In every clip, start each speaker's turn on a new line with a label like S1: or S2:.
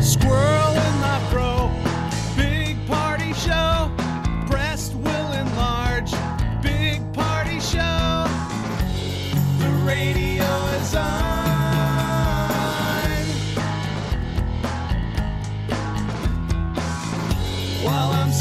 S1: Squirrel in the fro, big party show. Breast will enlarge, big party show. The radio is on. While I'm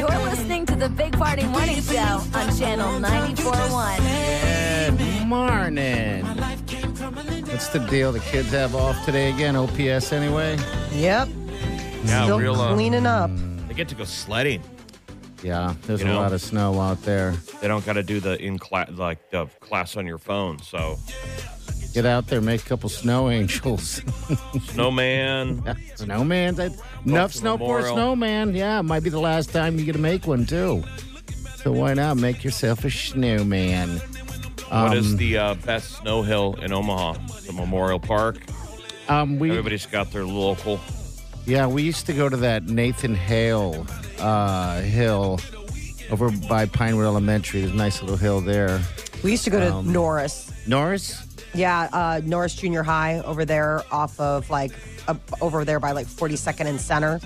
S2: You're listening to the Big Party Morning Show on Channel 94.1.
S3: Good morning. What's the deal? The kids have off today again. OPS anyway.
S4: Yep.
S5: Yeah,
S4: Still
S5: real. Uh,
S4: cleaning up.
S5: they get to go sledding.
S3: Yeah, there's
S5: You
S3: a
S5: know.
S3: lot of snow out there.
S5: They don't got to do the in class like the class on your phone. So
S3: Get out there, make a couple snow angels.
S5: snowman.
S3: Snowman. That, enough
S5: to
S3: snow for a
S5: Memorial.
S3: snowman. Yeah, might be the last time you get to make one too. So why not make yourself a snowman?
S5: what
S3: Um,
S5: is the uh, best snow hill in Omaha? The Memorial Park.
S3: Um, we
S5: Everybody's got their local.
S3: Yeah, we used to go to that Nathan Hale uh, hill over by Pinewood Elementary. There's a nice little hill there.
S4: We used to go to
S5: um,
S4: Norris.
S3: Norris?
S4: Yeah, uh, Norris Junior High over there, off of like up over there by like 42nd and Center.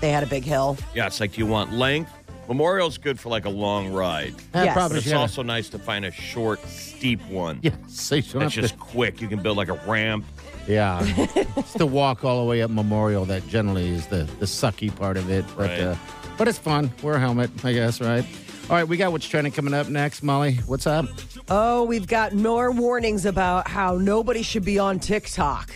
S4: They had a big hill.
S5: Yeah, it's like, do you want length? Memorial's good for like a long ride,
S3: Eh,
S4: Yes.
S5: but
S3: probably
S5: it's
S3: should have-
S5: also nice to find a short, steep one.
S3: yeah, so you don't
S5: That's
S3: have to-
S5: just quick. You can build like a ramp.
S3: yeah. it's the walk all the way up Memorial that generally is the, the sucky part of it. But
S5: Right.
S3: uh, but it's fun. Wear a helmet, I guess, right? All right, we got what's trending coming up next. Molly, what's up?
S4: Oh, we've got more warnings about how nobody should be on TikTok.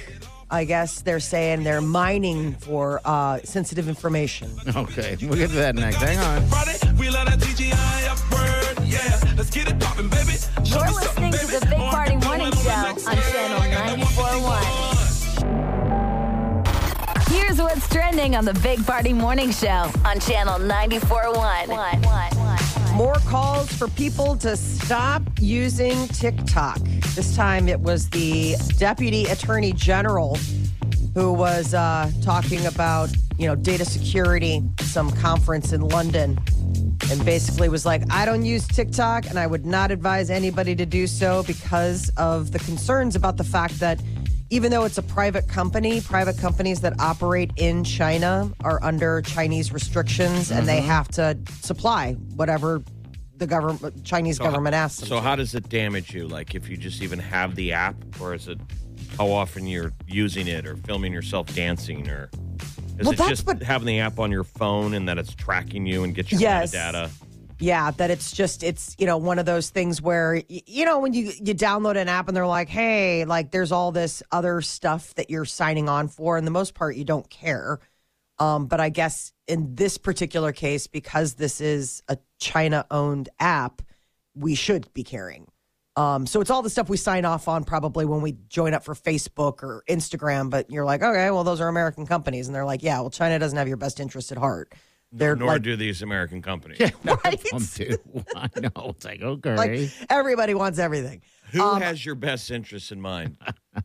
S4: I guess they're saying they're mining for uh, sensitive information.
S3: Okay, we'll get to that next. Hang on.
S1: Friday, we let our TGI up word. Yeah, let's get it poppin', baby. Show
S2: You're
S1: me something,
S2: listening to
S1: baby.
S2: the Big
S1: Or I
S2: Party
S1: can go
S2: Morning
S1: in on
S2: Show
S1: the
S2: on
S1: next level.
S2: Channel 94.1. Here's what's trending on the Big Party Morning Show on Channel 94.1.
S4: More calls for people to stop using TikTok. This time it was the deputy attorney general who was uh, talking about, you know, data security, some conference in London, and basically was like, I don't use TikTok and I would not advise anybody to do so because of the concerns about the fact that even though it's a private company, private companies that operate in China are under Chinese restrictions and they have to supply whatever the government Chinese government asks them.
S5: So how does it damage you? Like if you just even have the app, or is it how often you're using it or filming yourself dancing or is
S4: Well,
S5: it
S4: that's
S5: just
S4: what-
S5: having the app on your phone and that it's tracking you and gets your
S4: Yes.
S5: data?
S4: Yeah, that it's just it's you know one of those things where y- you know when you you download an app and they're like, "Hey, like there's all this other stuff that you're signing on for." And the most part you don't care. Um but I guess in this particular case because this is a China-owned app, we should be caring. Um so it's all the stuff we sign off on probably when we join up for Facebook or Instagram, but you're like, "Okay, well those are American companies." And they're like, "Yeah, well China doesn't have your best interest at heart." They're
S5: Nor
S4: like,
S5: do these American companies.
S3: Um, dude, I know. It's like, okay.
S4: like everybody wants everything.
S5: Who has your best interests in mind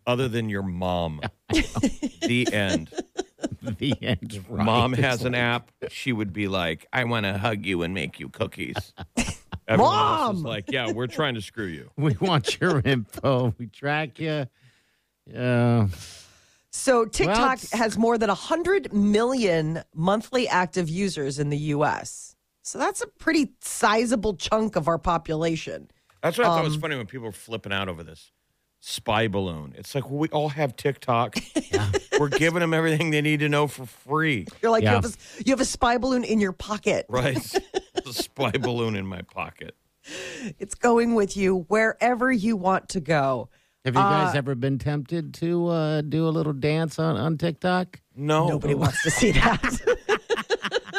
S5: other than your mom? the end.
S3: the end's right.
S5: Mom
S3: It's
S5: has an
S3: like-
S5: app. She would be like, I want to hug you and make you cookies. Everyone else
S4: Mom!
S5: is like, yeah, we're trying to screw you.
S3: We want your info. We track you. Yeah.
S4: So TikTok
S3: it's-
S4: has more than 100 million monthly active users in the US. So that's a pretty sizable chunk of our population.
S5: That's what I thought
S3: Um,
S5: was funny when people were flipping out over this spy balloon. It's like well, we all have TikTok. We're giving them everything they need to know for free,
S4: You're like,
S3: Yeah.
S4: you, have a, you have a spy balloon in your pocket.
S5: right? the spy balloon in my pocket.
S4: It's going with you wherever you want to go.
S3: Have you guys ever been tempted to uh, do a little dance on, on TikTok?
S5: No,
S4: Nobody wants to see that.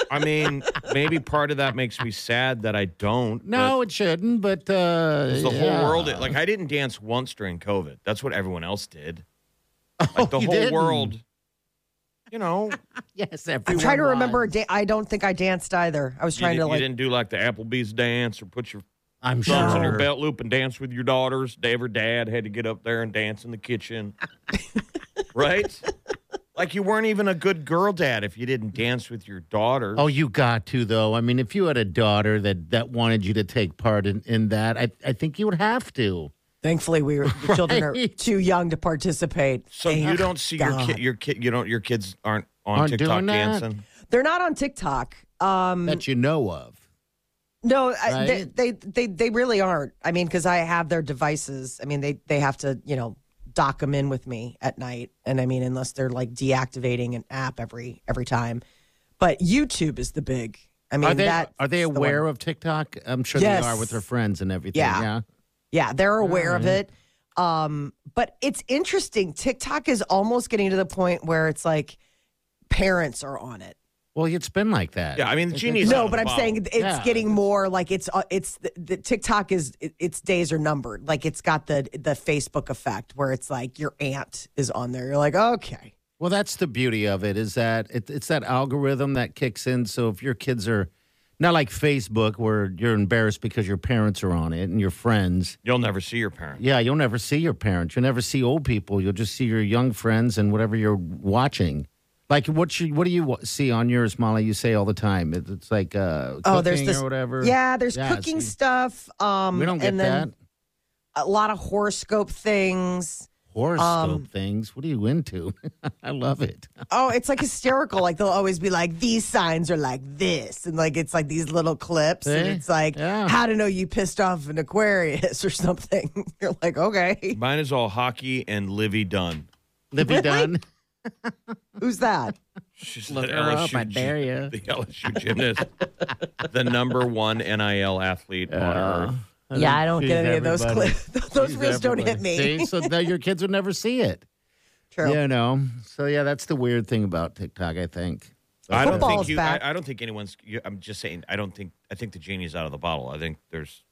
S5: I mean, maybe part of that makes me sad that I don't.
S3: No, it shouldn't, but. Uh,
S5: but the
S3: yeah.
S5: whole world. Like I didn't dance once during COVID. That's what everyone else did. Like the
S3: Oh, you
S5: whole
S3: didn't?
S5: world. You know,
S3: Yes,
S4: I'm
S3: everyone.
S4: trying to remember a
S3: was.
S4: day. I don't think I danced either. I was
S5: you,
S4: trying
S5: di-
S4: to
S5: you
S4: like.
S5: didn't do like the Applebee's dance or put your
S3: I'm
S5: thumbs in your
S3: sure.
S5: belt loop and dance with your daughters. They ever dad had to get up there and dance in the kitchen. right? Like you weren't even a good girl dad if you didn't dance with your daughters.
S3: Oh, you got to though. I mean, if you had a daughter that that wanted you to take part in, in that, I I think you would have to.
S4: Thankfully, we were the children are
S3: Right.
S4: too young to participate.
S5: so
S4: Thank
S5: you don't see your
S4: God.
S5: kid your kid you don't your kids aren't on
S3: Aren't
S5: TikTok
S3: doing that?
S5: dancing.
S4: They're not on TikTok. Um,
S3: That you know of.
S4: no, I, they,
S3: Right.
S4: they they they really aren't. I mean, because I have their devices. I mean, they they have to you know dock them in with me at night. And I mean, unless they're like deactivating an app every every time. But YouTube is the big. I mean,
S3: Are they
S4: that
S3: are they aware of TikTok? I'm sure
S4: Yes.
S3: they are with their friends and everything.
S4: Yeah.
S3: Yeah.
S4: Yeah,
S3: Oh,
S4: they're aware of it. Um, but it's interesting. TikTok is almost getting to the point where it's like parents are on it.
S3: Well, it's been like that.
S5: Yeah, I mean the genie's out
S4: No, Oh,
S5: of
S4: but
S5: the
S4: I'm
S5: bottle.
S4: saying it's
S3: Yeah.
S4: getting more like it's uh, it's the, the TikTok is it, its days are numbered. Like it's got the the Facebook effect where it's like your aunt is on there. You're like, okay,
S3: Well, that's the beauty of it is that it, it's that algorithm that kicks in. So if your kids are not like Facebook, where you're embarrassed because your parents are on it and your friends,
S5: You'll never see your parents.
S3: yeah, you'll never see your parents. You'll never see old people. You'll just see your young friends and whatever you're watching. Like what you what do you wa- see on yours, Molly? You say all the time. It, it's like uh, cooking
S4: oh, there's this
S3: or whatever.
S4: Yeah, there's
S3: Yeah,
S4: cooking
S3: see,
S4: stuff. Um,
S3: We don't get
S4: and then
S3: that
S4: a lot of horoscope things.
S3: horoscope
S4: um,
S3: things. What are you into? I love it.
S4: Oh, it's like hysterical. like they'll always be like, these signs are like this. And like it's like these little clips. And
S3: See?
S4: it's like,
S3: Yeah.
S4: how to know you pissed off an Aquarius or something. You're like, okay,
S5: Mine is all hockey and Livy Dunn.
S3: Libby Dunn.
S4: who's that?
S5: She's
S3: Look
S5: the
S3: her up,
S5: LSU
S3: I dare
S5: gy-
S3: ya.
S5: The LSU gymnast, the number one NIL athlete on
S3: Uh,
S5: earth.
S4: Yeah, I don't get
S3: She's
S4: any of those
S3: everybody.
S4: clips. those
S3: She's
S4: reels don't hit
S3: everybody.
S4: me.
S3: See? So now your kids would never see it.
S4: True.
S3: You know. So yeah, that's the weird thing about TikTok. I think.
S5: I don't
S4: Football's
S5: think you.
S4: back.
S5: I, I don't think anyone's. You, I'm just saying. I don't think. I think the genie's out of the bottle. I think there's,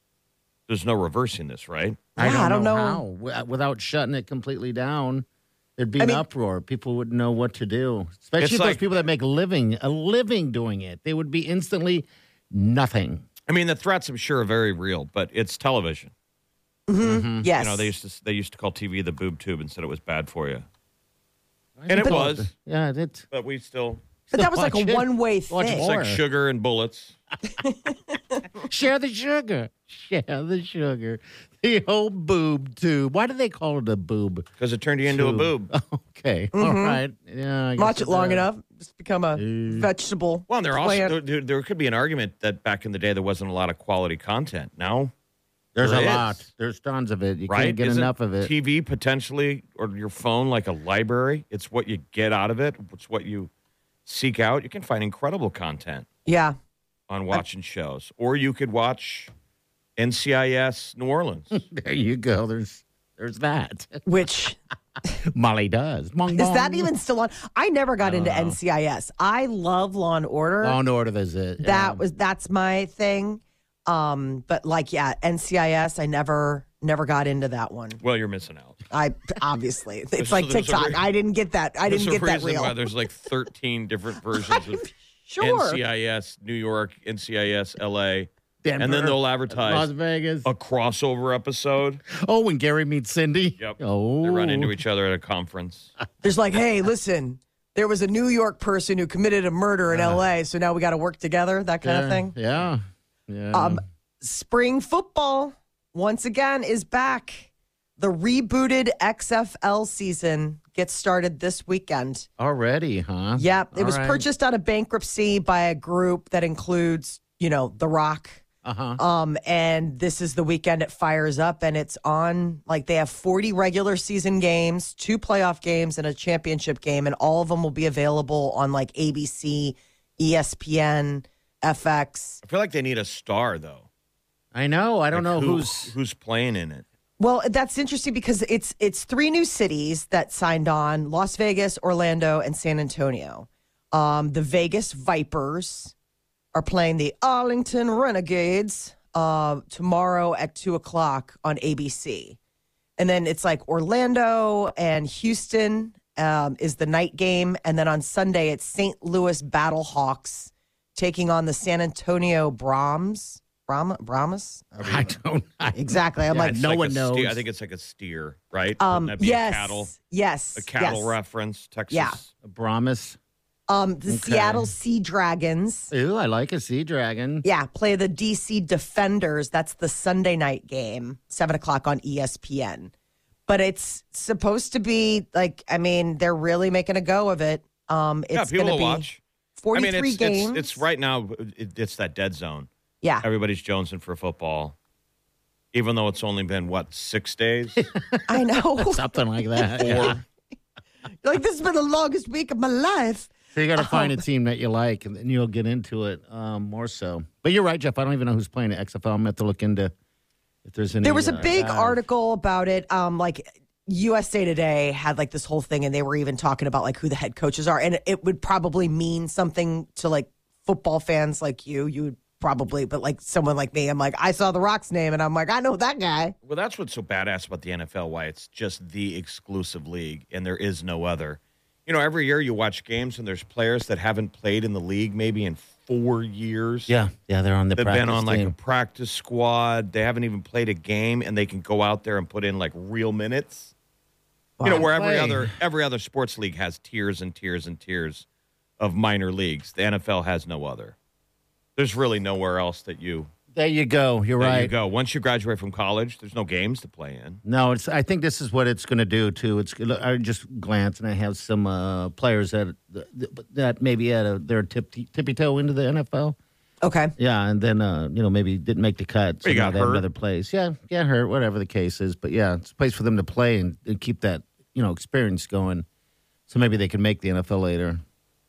S5: there's no reversing this, right?
S4: Yeah, I don't know.
S3: how. Wi- Without shutting it completely down, there'd be an
S4: mean-
S3: uproar. People wouldn't know what to do. Especially
S5: It's
S3: those
S5: like-
S3: people that make a living a living doing it. They would be instantly nothing.
S5: I mean, the threats, I'm sure, are very real, but it's television.
S4: Mm-hmm. Yes.
S5: Mm-hmm. You know, they used to. They used to call TV the boob tube and said it was bad for you, and it
S4: But-
S5: was.
S3: Yeah, it.
S5: But we still.
S4: but that was like
S3: Watch
S4: a
S3: it.
S4: one way
S3: Watch
S4: thing.
S5: It's
S3: Or-
S5: like sugar and bullets.
S3: Share the sugar. Share the sugar. The old boob tube. Why do they call it a boob?
S5: Because it turned you into a
S3: tube?
S5: boob.
S3: Okay. All right. Yeah. I guess
S4: Mm-hmm. Watch it long
S3: does.
S4: enough, just become a vegetable.
S5: Well, and there also
S4: plant.
S5: there, there, there could be an argument that back in the day there wasn't a lot of quality content. Now,
S3: There's
S5: There
S3: a
S5: is.
S3: lot. There's tons of it. You
S5: right?
S3: can't get
S5: Isn't
S3: enough of it.
S5: TV potentially or your phone like a library. It's what you get out of it. It's what you seek out. You can find incredible content
S4: Yeah.
S5: on watching shows, or you could watch NCIS New Orleans.
S3: there you go. There's there's that.
S4: Which
S3: Molly does. Mong,
S4: is that
S3: mong.
S4: even still on? I never got into NCIS. I love Law and Order.
S3: Law and Order? um, Is it?
S4: that was that's my thing um but like yeah ncis i never never got into that one
S5: well, you're missing out.
S4: i obviously it's
S5: So
S4: like
S5: there's a
S4: tiktok
S5: re-
S4: i didn't get that i didn't
S5: there's
S4: get that
S5: a reason why
S4: real
S5: there's like 13 different versions of
S4: sure
S5: NCIS New York, NCIS LA, and then
S3: Denver,
S5: they'll
S3: Las
S5: advertise
S3: Vegas.
S5: a crossover episode.
S3: Oh, when Gary meets Cindy.
S5: Yep.
S3: Oh,
S5: They run into each other at a conference.
S4: there's like hey listen there was a new york person who committed a murder in la so now we got to work together that kind of thing
S3: Yeah. Yeah.
S4: um spring football once again is back the rebooted xfl season gets started this weekend
S3: Already, huh?
S4: Yep. It
S3: All
S4: was
S3: right.
S4: purchased out of bankruptcy by a group that includes, you know, The Rock,
S3: Uh-huh.
S4: Um, and this is the weekend it fires up, and it's on. Like they have 40 regular season games, two playoff games, and a championship game, and all of them will be available on like ABC, E ESPN, FX.
S5: I feel like they need a star though.
S3: I know. I don't know
S5: Like, who-
S3: who's.
S5: who's playing in it.
S4: Well, that's interesting because it's it's three new cities that signed on: Las Vegas, Orlando, and San Antonio. Um, the Vegas Vipers are playing the Arlington Renegades uh, tomorrow at two o'clock on ABC, and then it's like Orlando and Houston um, is the night game, and then on Sunday it's St. Louis Battlehawks taking on the San Antonio Brahms. Brahma, Brahmas?
S3: I don't. I,
S4: Exactly. I'm like,
S5: It's
S3: no
S5: like
S3: one
S5: a
S3: knows.
S5: Steer. I think it's like a steer, right?
S4: Um,
S5: Wouldn't that be
S4: yes,
S5: a cattle,
S4: yes,
S5: a cattle
S4: yes.
S5: reference, Texas.
S4: Yeah.
S3: Brahmas.
S4: Um, the Seattle Sea Dragons,
S3: Ooh, I like a sea dragon.
S4: yeah, play the DC Defenders. That's the Sunday night game, seven o'clock on E ESPN. But it's supposed to be like, I mean, they're really making a go of it. Um,
S5: Yeah,
S4: it's
S5: people
S4: going to
S5: will
S4: be
S5: watch. I mean,
S4: forty-three
S5: it's,
S4: games.
S5: It's, it's right now. It, it's that dead zone.
S4: Yeah,
S5: Everybody's jonesing for football, even though it's only been what six days.
S4: I know.
S3: Something like that. yeah.
S4: like this has been the longest week of my life.
S3: So you got to find
S4: Um,
S3: a team that you like, and then you'll get into it um, more so. But you're right, Jeff. I don't even know who's playing at XFL. I'm gonna have to look into if there's any.
S4: There was a
S3: uh,
S4: big
S3: guys.
S4: article about it. Um, like USA Today had like this whole thing, and they were even talking about like who the head coaches are, and it would probably mean something to like football fans like you. You would probably, but like someone like me, I'm like, I saw The Rock's name, and I'm like, I know that guy.
S5: Well, that's what's so badass about the NFL, why it's just the exclusive league and there is no other. You know, every year you watch games and there's players that haven't played in the league maybe in four years.
S3: Yeah, yeah, they're on the.
S5: They've
S3: practice
S5: been on like a
S3: team.
S5: practice squad. They haven't even played a game and they can go out there and put in like real minutes. you know, where every
S3: play.
S5: other every other sports league has tiers and tiers and tiers of minor leagues. The NFL has no other. There's really nowhere else that you
S3: There you go. You're
S5: that
S3: right.
S5: you go. Once you graduate from college, there's no games to play in.
S3: No, it's. I think this is what it's going to do too. It's. look, I just glance and I have some uh, players that that maybe had a, their tip, tippy toe into the NFL.
S4: Okay,
S3: Yeah, and then uh, you know maybe didn't make the cut. So
S5: Or you
S3: now
S5: got
S3: they have
S5: hurt.
S3: Another place. Yeah, yeah, hurt. Whatever the case is, but yeah, it's a place for them to play and, and keep that you know experience going. So maybe they can make the NFL later.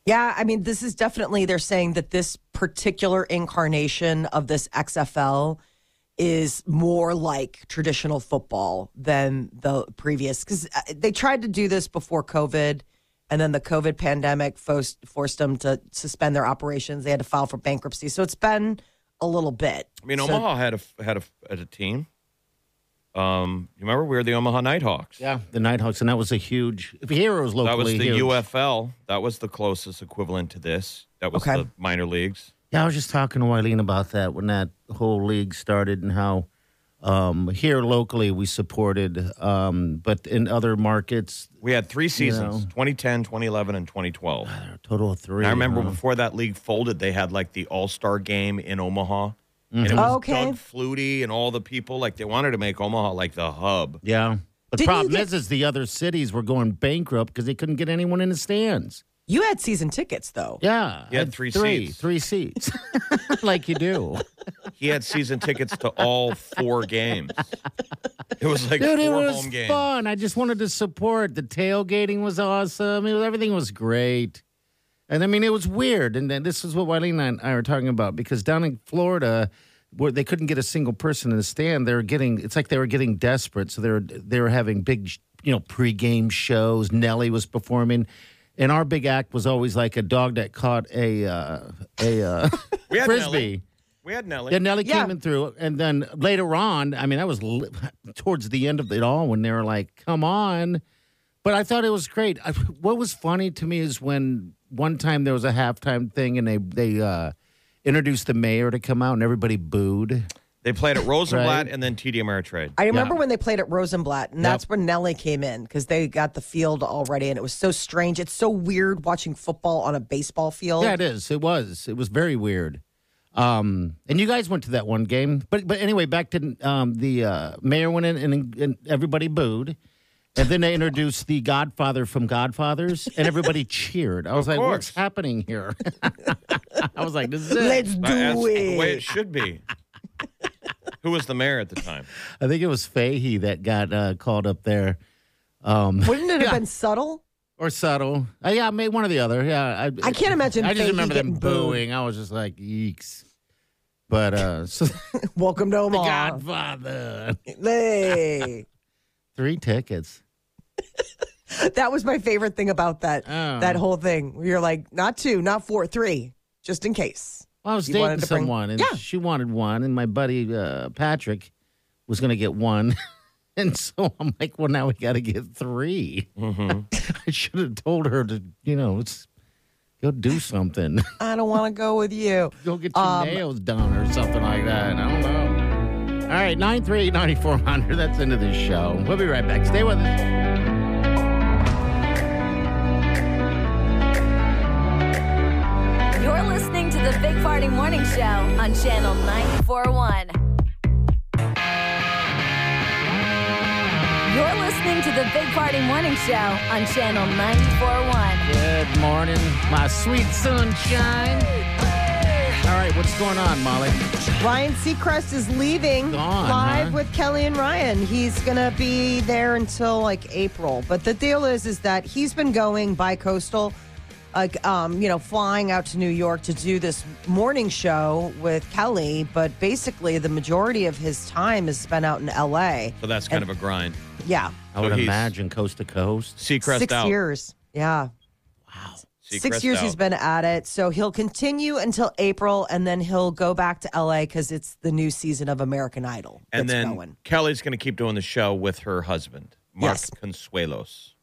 S4: yeah. I mean, this is definitely they're saying that this particular incarnation of this XFL is more like traditional football than the previous because they tried to do this before COVID, and then the COVID pandemic forced forced them to suspend their operations. They had to file for bankruptcy, so it's been a little bit.
S5: I mean,
S4: So-
S5: Omaha had a had a had a team. Um, you remember we were the Omaha Nighthawks.
S3: Yeah, the Nighthawks, and that was a huge. If heroes locally,
S5: that was the
S3: huge.
S5: UFL. That was the closest equivalent to this. That was
S4: Okay.
S5: the minor leagues.
S3: Yeah, I was just talking to Eileen about that when that whole league started and how um, here locally we supported, um, but in other markets,
S5: We had three seasons: 2010, 2011, and 2012.
S3: a total of three.
S5: I remember
S3: huh?
S5: before that league folded, they had like the All Star Game in Omaha, and
S3: Mm-hmm.
S5: it was
S4: Okay.
S5: Doug Flutie and all the people. Like they wanted to make Omaha like the hub.
S3: Yeah. The
S4: Didn't you
S3: problem
S4: get-
S3: is, is the other cities were going bankrupt because they couldn't get anyone in the stands.
S4: You had season tickets though.
S3: Yeah,
S5: You had
S3: I-
S5: three
S3: three,
S5: seats.
S3: three seats, like you do.
S5: He had season tickets to all four games. It was like
S3: Dude, it
S5: four
S3: was
S5: home games.
S3: fun. I just wanted to support. The tailgating was awesome. It was, everything was great. And I mean, it was weird. And then this is what Wileen and I were talking about because down in Florida, where they couldn't get a single person in the stand, they were getting. It's like they were getting desperate. So they were they were having big, you know, pregame shows. Nelly was performing. And our big act was always like a dog that caught a uh, a uh,
S5: We had
S3: frisbee.
S5: Nelly. We had Nelly.
S3: Yeah, Nelly
S4: Yeah.
S3: came in through, and then later on, I mean, that was li- towards the end of it all when they were like, "Come on!" But I thought it was great. I, what was funny to me is when one time there was a halftime thing, and they they uh, introduced the mayor to come out, and everybody booed.
S5: They played at Rosenblatt
S3: Right.
S5: and then TD Ameritrade.
S4: I remember when they played at Rosenblatt, and that's when Nelly came in because they got the field already, and it was so strange. It's so weird watching football on a baseball field.
S3: Yeah, it is. It was. It was very weird. Um, and you guys went to that one game, but but anyway, back to um, the uh, mayor went in, and, and everybody booed. And then they introduced the Godfather from Godfathers, and everybody cheered. I was like, "What's
S5: course.
S3: happening here?" I was like, "This is it."
S4: Let's do
S5: That's
S4: it.
S5: the way it should be. Who was the mayor at the time?
S3: I think it was Fahey that got uh, called up there
S4: Wouldn't it have been subtle?
S3: or subtle. Uh, yeah, maybe one or the other. Yeah,
S4: I can't imagine
S3: I just
S4: Fahey
S3: remember them
S4: getting booed.
S3: booing. I was just like, yeeks. But uh, so
S4: Welcome to
S3: the
S4: Omaha.
S3: Godfather,
S4: Hey.
S3: three tickets.
S4: that was my favorite thing about that
S3: Oh.
S4: that whole thing. You're like, not two, not four, three, just in case.
S3: Well, I was
S4: You
S3: dating
S4: wanted to bring-
S3: someone, and
S4: Yeah.
S3: she wanted one, and my buddy uh, Patrick was going to get one, and so I'm like, well, now we got to get 3
S4: Mm-hmm.
S3: I should have told her to, you know, let's go do something,
S4: I don't want to go with you.
S3: go get your
S4: Um,
S3: nails done or something like that. I don't know. All right, nine three eight ninety four hundred. That's the end of this show. We'll be right back. Stay with us.
S2: You're listening to the Big Party Morning Show on Channel 941. You're listening to the Big Party Morning Show on Channel 941.
S3: Good morning, my sweet sunshine. All right, what's going on, Molly?
S4: Ryan Seacrest is leaving
S3: Gone,
S4: live
S3: huh?
S4: with Kelly and Ryan. He's gonna be there until like April. But the deal is, is that he's been going bi-coastal, like um, you know, flying out to New York to do this morning show with Kelly. But basically, the majority of his time is spent out in L.A.
S5: So that's kind of a grind.
S4: Yeah,
S3: I would
S5: So he's-
S3: imagine coast to coast.
S5: Seacrest
S4: six
S5: out.
S4: years. Yeah,
S5: Seacrest
S4: six years
S5: out.
S4: he's been at it. So he'll continue until April, and then he'll go back to L.A. because it's the new season of American Idol.
S5: And
S4: that's
S5: then
S4: going.
S5: Kelly's going to keep doing the show with her husband, Mark
S4: Yes.
S5: Consuelos.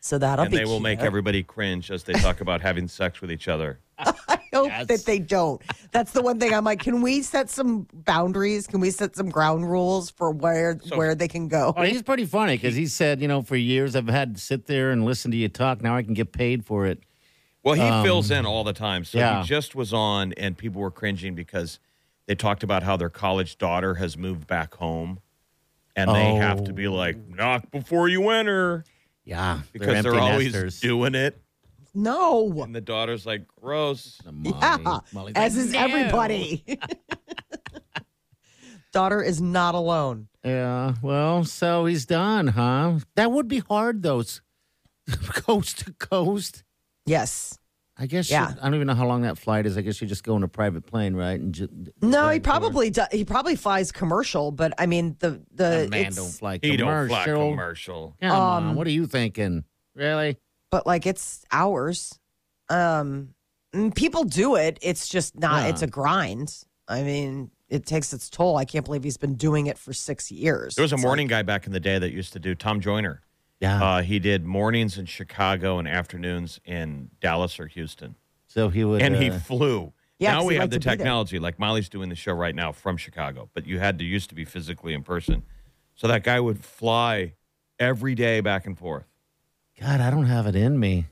S4: So that'll
S5: and
S4: be
S5: they will
S4: cute.
S5: make everybody cringe as they talk about having sex with each other.
S4: hope that they don't. That's the one thing I'm like, can we set some boundaries? Can we set some ground rules for where where they can go?
S3: Oh, he's pretty funny because he said, you know, for years I've had to sit there and listen to you talk. Now I can get paid for it.
S5: Well, he
S4: Um,
S5: fills in all the time. So
S3: yeah.
S5: he just was on, and people were cringing because they talked about how their college daughter has moved back home. And they have to be like,
S4: Oh.
S5: knock before you enter
S3: Yeah,
S5: because they're, always
S3: doing.
S5: doing it.
S4: No.
S5: And the daughter's like, gross.
S4: Yeah. As is everybody. Daughter is not alone.
S3: Yeah. Well, so he's done, huh? That would be hard, though. s- coast to coast.
S4: Yes.
S3: I guess.
S4: Yeah.
S3: you- I don't even know how long that flight is. I guess you just go in a private plane, right? And just,
S4: No, he probably do, he probably flies commercial, but I mean the the
S3: man
S4: Uh, it's- Um,
S3: don't fly
S5: He don't
S3: commercial.
S5: fly commercial.
S3: Come on, what are you thinking? Really?
S4: but like it's hours. Um and people do it. It's just not
S3: Yeah.
S4: it's a grind. I mean, it takes its toll. I can't believe he's been doing it for 6 years.
S5: There was a
S4: It's
S5: morning guy back in the day that used to do Tom Joyner.
S4: Uh-huh.
S3: Yeah.
S5: Uh, he did mornings in Chicago and afternoons in Dallas or Houston.
S3: so he would.
S5: and he
S3: uh,
S5: flew.
S4: Yeah,
S5: now
S4: 'cause
S5: we
S4: he
S5: have
S4: liked
S5: the
S4: to be there.
S5: technology. Like Molly's doing the show right now from Chicago, but you had to used to be physically in person. So that guy would fly every day back and forth.
S3: God, I don't have it in me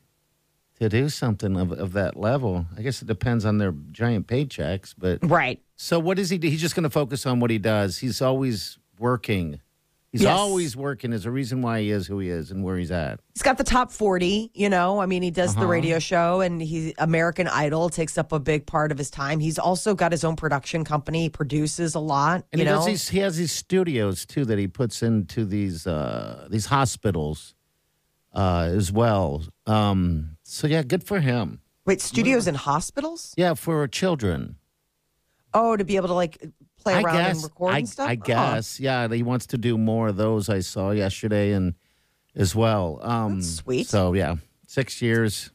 S3: to do something of, of that level. I guess it depends on their giant paychecks, but
S4: Right.
S3: so what is he do? He's just going to focus on what he does. He's always working. He's
S4: Yes.
S3: always working. There's a reason why he is who he is and where he's at.
S4: He's got the top 40, you know. I mean, he does
S3: Uh-huh.
S4: the radio show and he American Idol takes up a big part of his time. He's also got his own production company, he produces a lot,
S3: And
S4: you
S3: he
S4: know.
S3: does these. He has these studios too that he puts into these uh, these hospitals uh, as well. Um, so yeah, good for him.
S4: Wait, studios and hospitals?
S3: Yeah, for children.
S4: Oh, to be able to like play around and record
S3: I,
S4: and stuff?
S3: I
S4: Oh,
S3: guess, yeah. He wants to do more of those. I saw yesterday and as well. Um,
S4: That's sweet.
S3: So yeah, six years.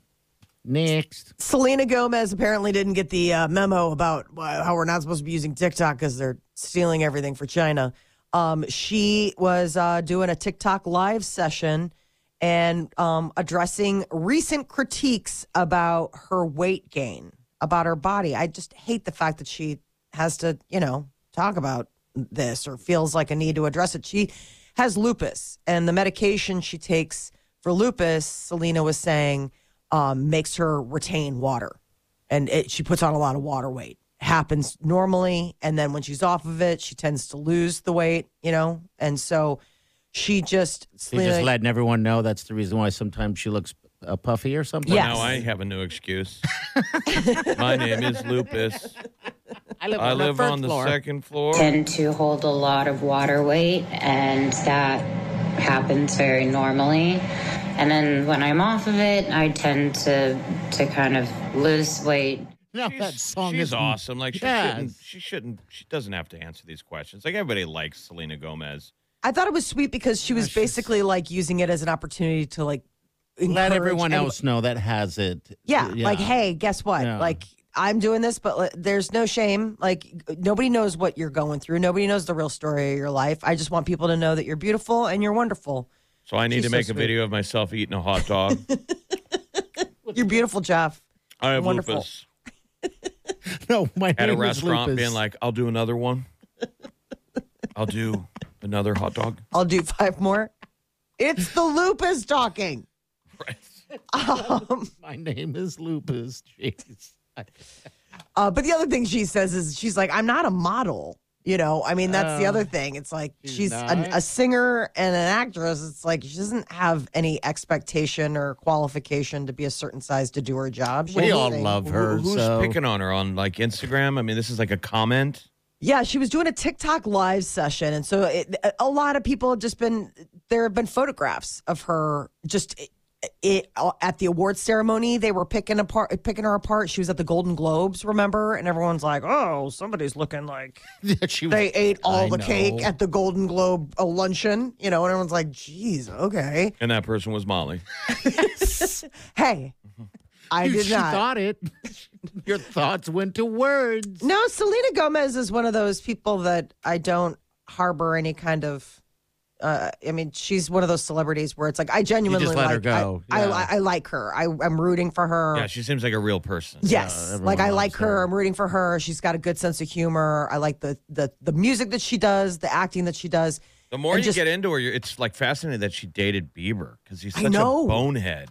S3: Next,
S4: Selena Gomez apparently didn't get the uh, memo about uh, how we're not supposed to be using TikTok because they're stealing everything for China. Um, she was uh, doing a TikTok live session and um, addressing recent critiques about her weight gain, about her body. I just hate the fact that she has to, you know, talk about this or feels like a need to address it. She has lupus, and the medication she takes for lupus, Selena was saying, um, makes her retain water, and it, she puts on a lot of water weight. Happens normally, and then when she's off of it, she tends to lose the weight, you know, and so she just
S3: he's just letting everyone know that's the reason why sometimes she looks uh, puffy or something.
S4: Yes.
S5: Now I have a new excuse. My name is Lupus.
S3: I live
S5: I
S3: on the
S5: live
S3: first
S5: on the
S3: floor.
S5: second floor.
S6: tend to hold a lot of water weight, and that happens very normally. And then when I'm off of it, I tend to to kind of lose weight.
S3: No,
S5: She's-
S3: that song
S5: she's
S3: is
S5: awesome. Like she
S3: Yes.
S5: shouldn't. She shouldn't. She doesn't have to answer these questions. Like everybody likes Selena Gomez.
S4: I thought it was sweet because she was basically like using it as an opportunity to like
S3: Let
S4: encourage
S3: everyone
S4: any-
S3: else know that has it.
S4: Yeah, like hey, guess what?
S3: Yeah.
S4: Like I'm doing this, but like, there's no shame. Like nobody knows what you're going through. Nobody knows the real story of your life. I just want people to know that you're beautiful and you're wonderful.
S5: So I need
S4: She's
S5: to
S4: so
S5: make a
S4: sweet.
S5: video of myself eating a hot dog.
S4: You're beautiful, Jeff.
S5: I have
S4: Wonderful.
S5: lupus.
S3: no, my
S5: At a
S3: name is
S5: restaurant,
S3: Lupus.
S5: being like, "I'll do another one. I'll do another hot dog."
S4: I'll do five more. It's the lupus talking. Um,
S3: my name is Lupus. Jeez.
S4: Uh, but the other thing she says is she's like, I'm not a model. You know, I mean, that's the
S3: Oh.
S4: other thing. It's like
S3: She's
S4: she's an,
S3: not?
S4: a singer and an actress. It's like she doesn't have any expectation or qualification to be a certain size to do her job. She
S3: We
S4: was
S3: all
S4: saying-
S3: love her.
S5: Who- who's
S3: so.
S5: picking on her on like Instagram? I mean, this is like a comment.
S4: Yeah, she was doing a TikTok live session, and so it, a- a lot of people have just been there. Have been photographs of her just i it, at the award ceremony. They were picking apart, picking her apart. She was at the Golden Globes, remember? And everyone's like, "Oh, somebody's looking like
S3: that she was-
S4: they ate all
S3: I
S4: the cake
S3: know.
S4: at the Golden Globe uh, luncheon." You know, and everyone's like, "Geez, okay,
S5: And that person was Molly.
S4: hey, I
S3: Mm-hmm. You-
S4: did
S3: she
S4: not."
S3: thought it. Your thoughts went to words.
S4: No, Selena Gomez is one of those people that I don't harbor any kind of. Uh, I mean, she's one of those celebrities where it's like I genuinely
S3: let
S4: like
S3: her go.
S4: I,
S3: Yeah.
S4: I, I like her. I, I'm rooting for her.
S5: Yeah, she seems like a real person.
S4: Yes,
S3: everyone
S4: like I
S3: loves
S4: like her.
S3: her.
S4: I'm rooting for her. She's got a good sense of humor. I like the the the music that she does, the acting that she does.
S5: The more
S4: And
S5: you
S4: just-
S5: get into her, you're, it's like fascinating that she dated Bieber because he's
S4: I
S5: such
S4: know.
S5: a bonehead.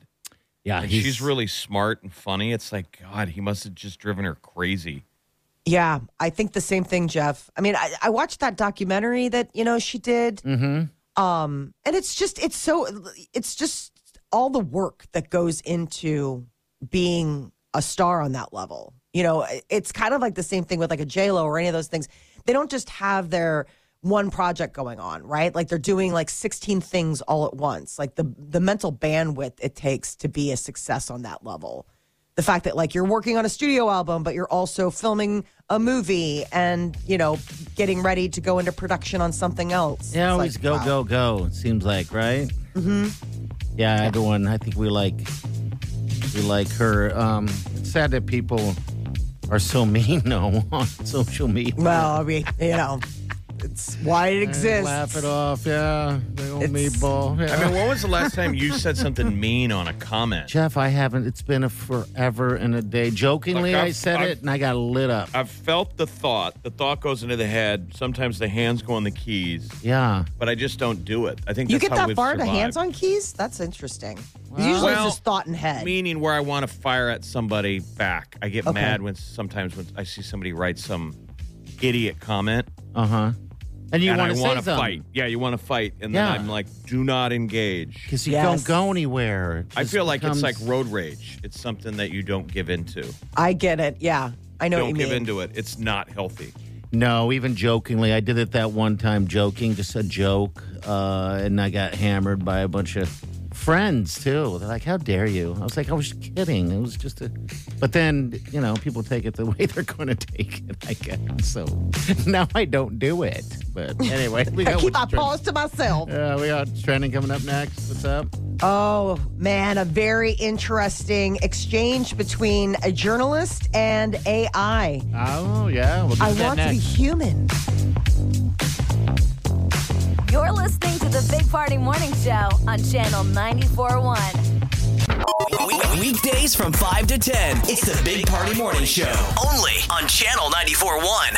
S3: Yeah,
S5: And she's really smart and funny. It's like God, he must have just driven her crazy.
S4: Yeah, I think the same thing, Jeff. I mean, I, I watched that documentary that you know she did. Um, and it's just it's so it's just all the work that goes into being a star on that level. You know, it- it's kind of like the same thing with like a J Lo or any of those things. They don't just have their one project going on, right? Like they're doing like sixteen things all at once. Like the the mental bandwidth it takes to be a success on that level the fact that like you're working on a studio album but you're also filming a movie and you know getting ready to go into production on something else
S3: Yeah,
S4: It's
S3: always
S4: like,
S3: go,
S4: wow.
S3: go, go. It seems like, right? Mm-hmm. Yeah, everyone. I think we like we like her. Um, it's sad that people are so mean now on social media.
S4: well i mean you know it's why it
S3: They
S4: exists
S3: Laugh it off. Yeah, they old
S4: It's-
S3: meatball. Yeah.
S5: I mean, when was the last time you said something mean on a comment?
S3: Jeff, I haven't. It's been a forever and a day. Jokingly,
S5: Look,
S3: I
S5: I've-
S3: said
S5: I've-
S3: it, and I got lit up.
S5: I've felt the thought. The thought goes into the head. Sometimes the hands go on the keys,
S3: yeah.
S5: but I just don't do it. I think
S4: you
S5: that's
S4: get
S5: how
S4: that
S5: we've
S4: far to
S5: survived.
S4: hands on keys that's interesting usually
S5: Well,
S4: it's just thought and head
S5: Meaning where I want to fire at somebody back. I get mad when sometimes when I see somebody write some idiot comment
S3: Uh huh. And you
S5: and I
S3: want to
S5: want
S3: say
S5: to
S3: something
S5: fight. Yeah, you want to fight, and
S3: Yeah.
S5: then I'm like, do not engage.
S3: because you
S4: Yes.
S3: don't go anywhere. It
S5: I
S3: just
S5: feel like
S3: becomes-
S5: it's like road rage. It's something that you don't give into.
S4: i get it yeah i know what
S5: Don't
S4: you
S5: give
S4: mean
S5: into it. It's not healthy.
S3: No, even jokingly, I did it that one time, joking, just a joke, uh, and I got hammered by a bunch of friends too. They're like, "How dare you?" I was like, "I was just kidding. It was just a," but then you know, people take it the way they're going to take it. I guess so. Now I don't do it. But anyway, we
S4: I
S3: got
S4: keep my
S3: what's trend-
S4: paws to myself.
S3: Uh, we got trending coming up next. What's up?
S4: Oh, man, a very interesting exchange between a journalist and AI.
S3: Oh yeah, we'll get
S4: I
S3: to that
S4: want to be
S3: next.
S4: human.
S2: You're listening to the Big Party Morning Show on Channel 94.1.
S7: Weekdays from 5 to 10. It's the Big Party Morning Show. Only on Channel 94.1.